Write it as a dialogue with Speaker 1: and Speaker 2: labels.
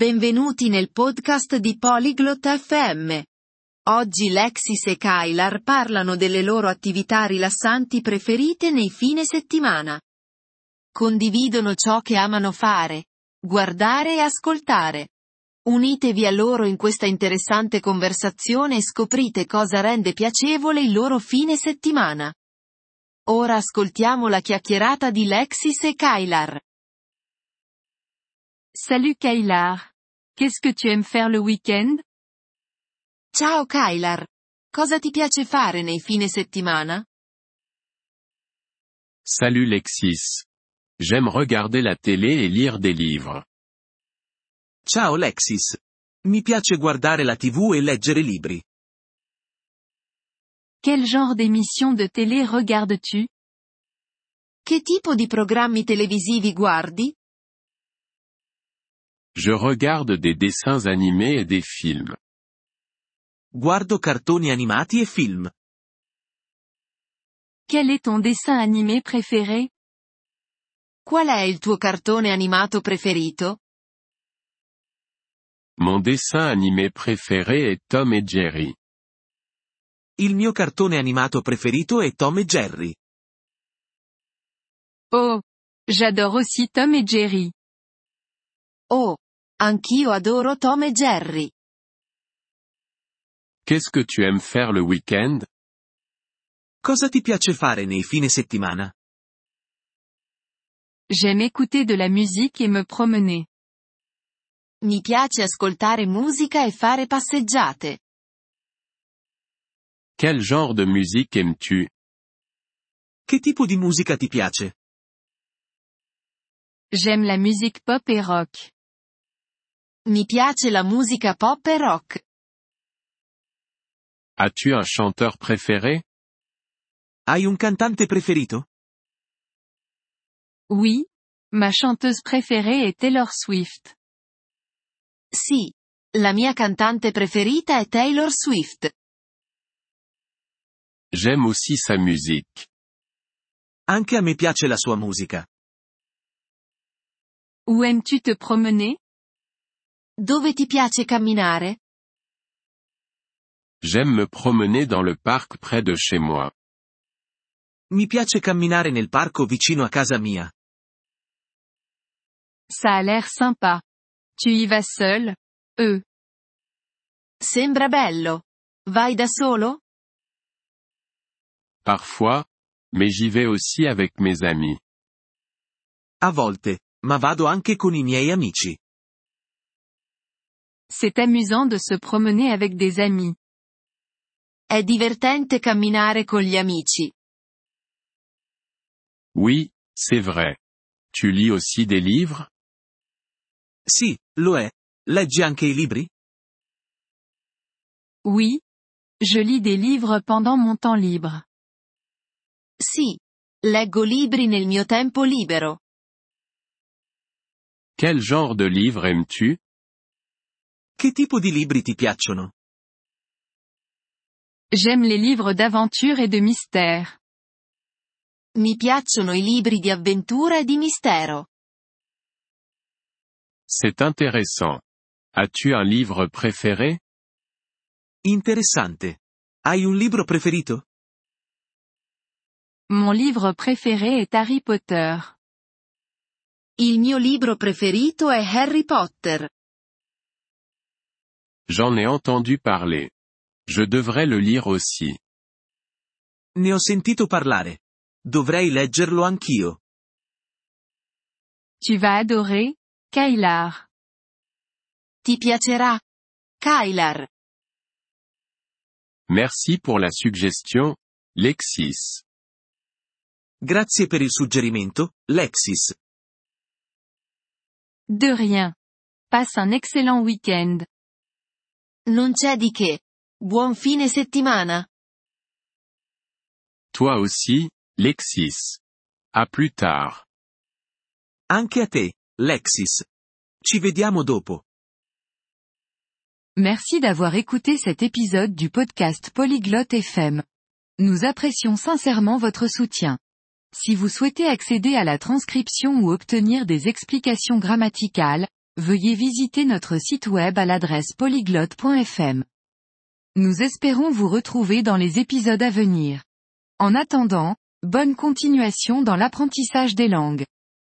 Speaker 1: Benvenuti nel podcast di Polyglot FM. Oggi Lexis e Kylar parlano delle loro attività rilassanti preferite nei fine settimana. Condividono ciò che amano fare, guardare e ascoltare. Unitevi a loro in questa interessante conversazione e scoprite cosa rende piacevole il loro fine settimana. Ora ascoltiamo la chiacchierata di Lexis e Kylar.
Speaker 2: Salut Kailar. Qu'est-ce que tu aimes faire le week-end
Speaker 1: Ciao Kylar. Cosa ti piace fare nei fine settimana?
Speaker 3: Salut Lexis. J'aime regarder la télé et lire des livres.
Speaker 4: Ciao Lexis. Mi piace guardare la TV e leggere libri.
Speaker 2: Quel genre d'émission de télé regardes-tu
Speaker 1: Che tipo di programmi televisivi guardi?
Speaker 3: Je regarde des dessins animés et des films.
Speaker 4: Guardo cartoni animati e film.
Speaker 2: Quel est ton dessin animé préféré
Speaker 1: Qual è il tuo cartone animato preferito?
Speaker 3: Mon dessin animé préféré est Tom et Jerry.
Speaker 4: Il mio cartone animato preferito è Tom e Jerry.
Speaker 2: Oh J'adore aussi Tom et Jerry.
Speaker 1: Oh, anch'io adoro Tom e Jerry.
Speaker 3: Qu'est-ce que tu aimes faire le week-end
Speaker 4: Cosa ti piace fare nei fine settimana?
Speaker 2: J'aime écouter de la musique et me promener.
Speaker 1: Mi piace ascoltare musica e fare passeggiate.
Speaker 3: Quel genre de musique aimes-tu
Speaker 4: Che tipo di musica ti piace?
Speaker 2: J'aime la musique pop et rock.
Speaker 1: Mi piace la musica pop e rock.
Speaker 3: As-tu un chanteur préféré
Speaker 4: Hai un cantante preferito?
Speaker 2: Oui. Ma chanteuse préférée est Taylor Swift.
Speaker 1: Sì. La mia cantante preferita è Taylor Swift.
Speaker 3: J'aime aussi sa musique.
Speaker 4: Anche a me piace la sua musica.
Speaker 2: Où aimes-tu te promener
Speaker 1: Dove ti piace camminare?
Speaker 3: J'aime me promener dans le parc près de chez moi.
Speaker 4: Mi piace camminare nel parco vicino a casa mia.
Speaker 2: Ça a l'air sympa. Tu y vas seul Euh.
Speaker 1: Sembra bello. Vai da solo?
Speaker 3: Parfois, mais j'y vais aussi avec mes amis.
Speaker 4: A volte, ma vado anche con i miei amici.
Speaker 2: C'est amusant de se promener avec des amis.
Speaker 1: È divertente camminare con gli amici.
Speaker 3: Oui, c'est vrai. Tu lis aussi des livres
Speaker 4: Sì, lo è. Leggi anche i libri?
Speaker 2: Oui. Je lis des livres pendant mon temps libre.
Speaker 1: Sì. Leggo libri nel mio tempo libero.
Speaker 3: Quel genre de livre aimes-tu
Speaker 4: Che tipo di libri ti piacciono?
Speaker 2: J'aime les livres d'aventure et de mystère.
Speaker 1: Mi piacciono i libri di avventura e di mistero.
Speaker 3: C'est intéressant. As-tu un livre préféré
Speaker 4: Interessante. Hai un libro preferito?
Speaker 2: Mon livre préféré est Harry Potter.
Speaker 1: Il mio libro preferito è Harry Potter.
Speaker 3: J'en ai entendu parler. Je devrais le lire aussi.
Speaker 4: Ne ho sentito parlare. Dovrei leggerlo anch'io.
Speaker 2: Tu vas adorer, Kailar.
Speaker 1: Ti piacerà? Kylar.
Speaker 3: Merci pour la suggestion, Lexis.
Speaker 4: Grazie per il suggerimento, Lexis.
Speaker 2: De rien. Passe un excellent week-end.
Speaker 1: Non c'è di che. Buon fine settimana.
Speaker 3: Toi aussi, Lexis. À plus tard.
Speaker 4: Anche a te, Lexis. Ci vediamo dopo.
Speaker 2: Merci d'avoir écouté cet épisode du podcast Polyglotte FM. Nous apprécions sincèrement votre soutien. Si vous souhaitez accéder à la transcription ou obtenir des explications grammaticales,
Speaker 1: Veuillez visiter notre site web à l'adresse polyglotte.fm. Nous espérons vous retrouver dans les épisodes à venir. En attendant, bonne continuation dans l'apprentissage des langues.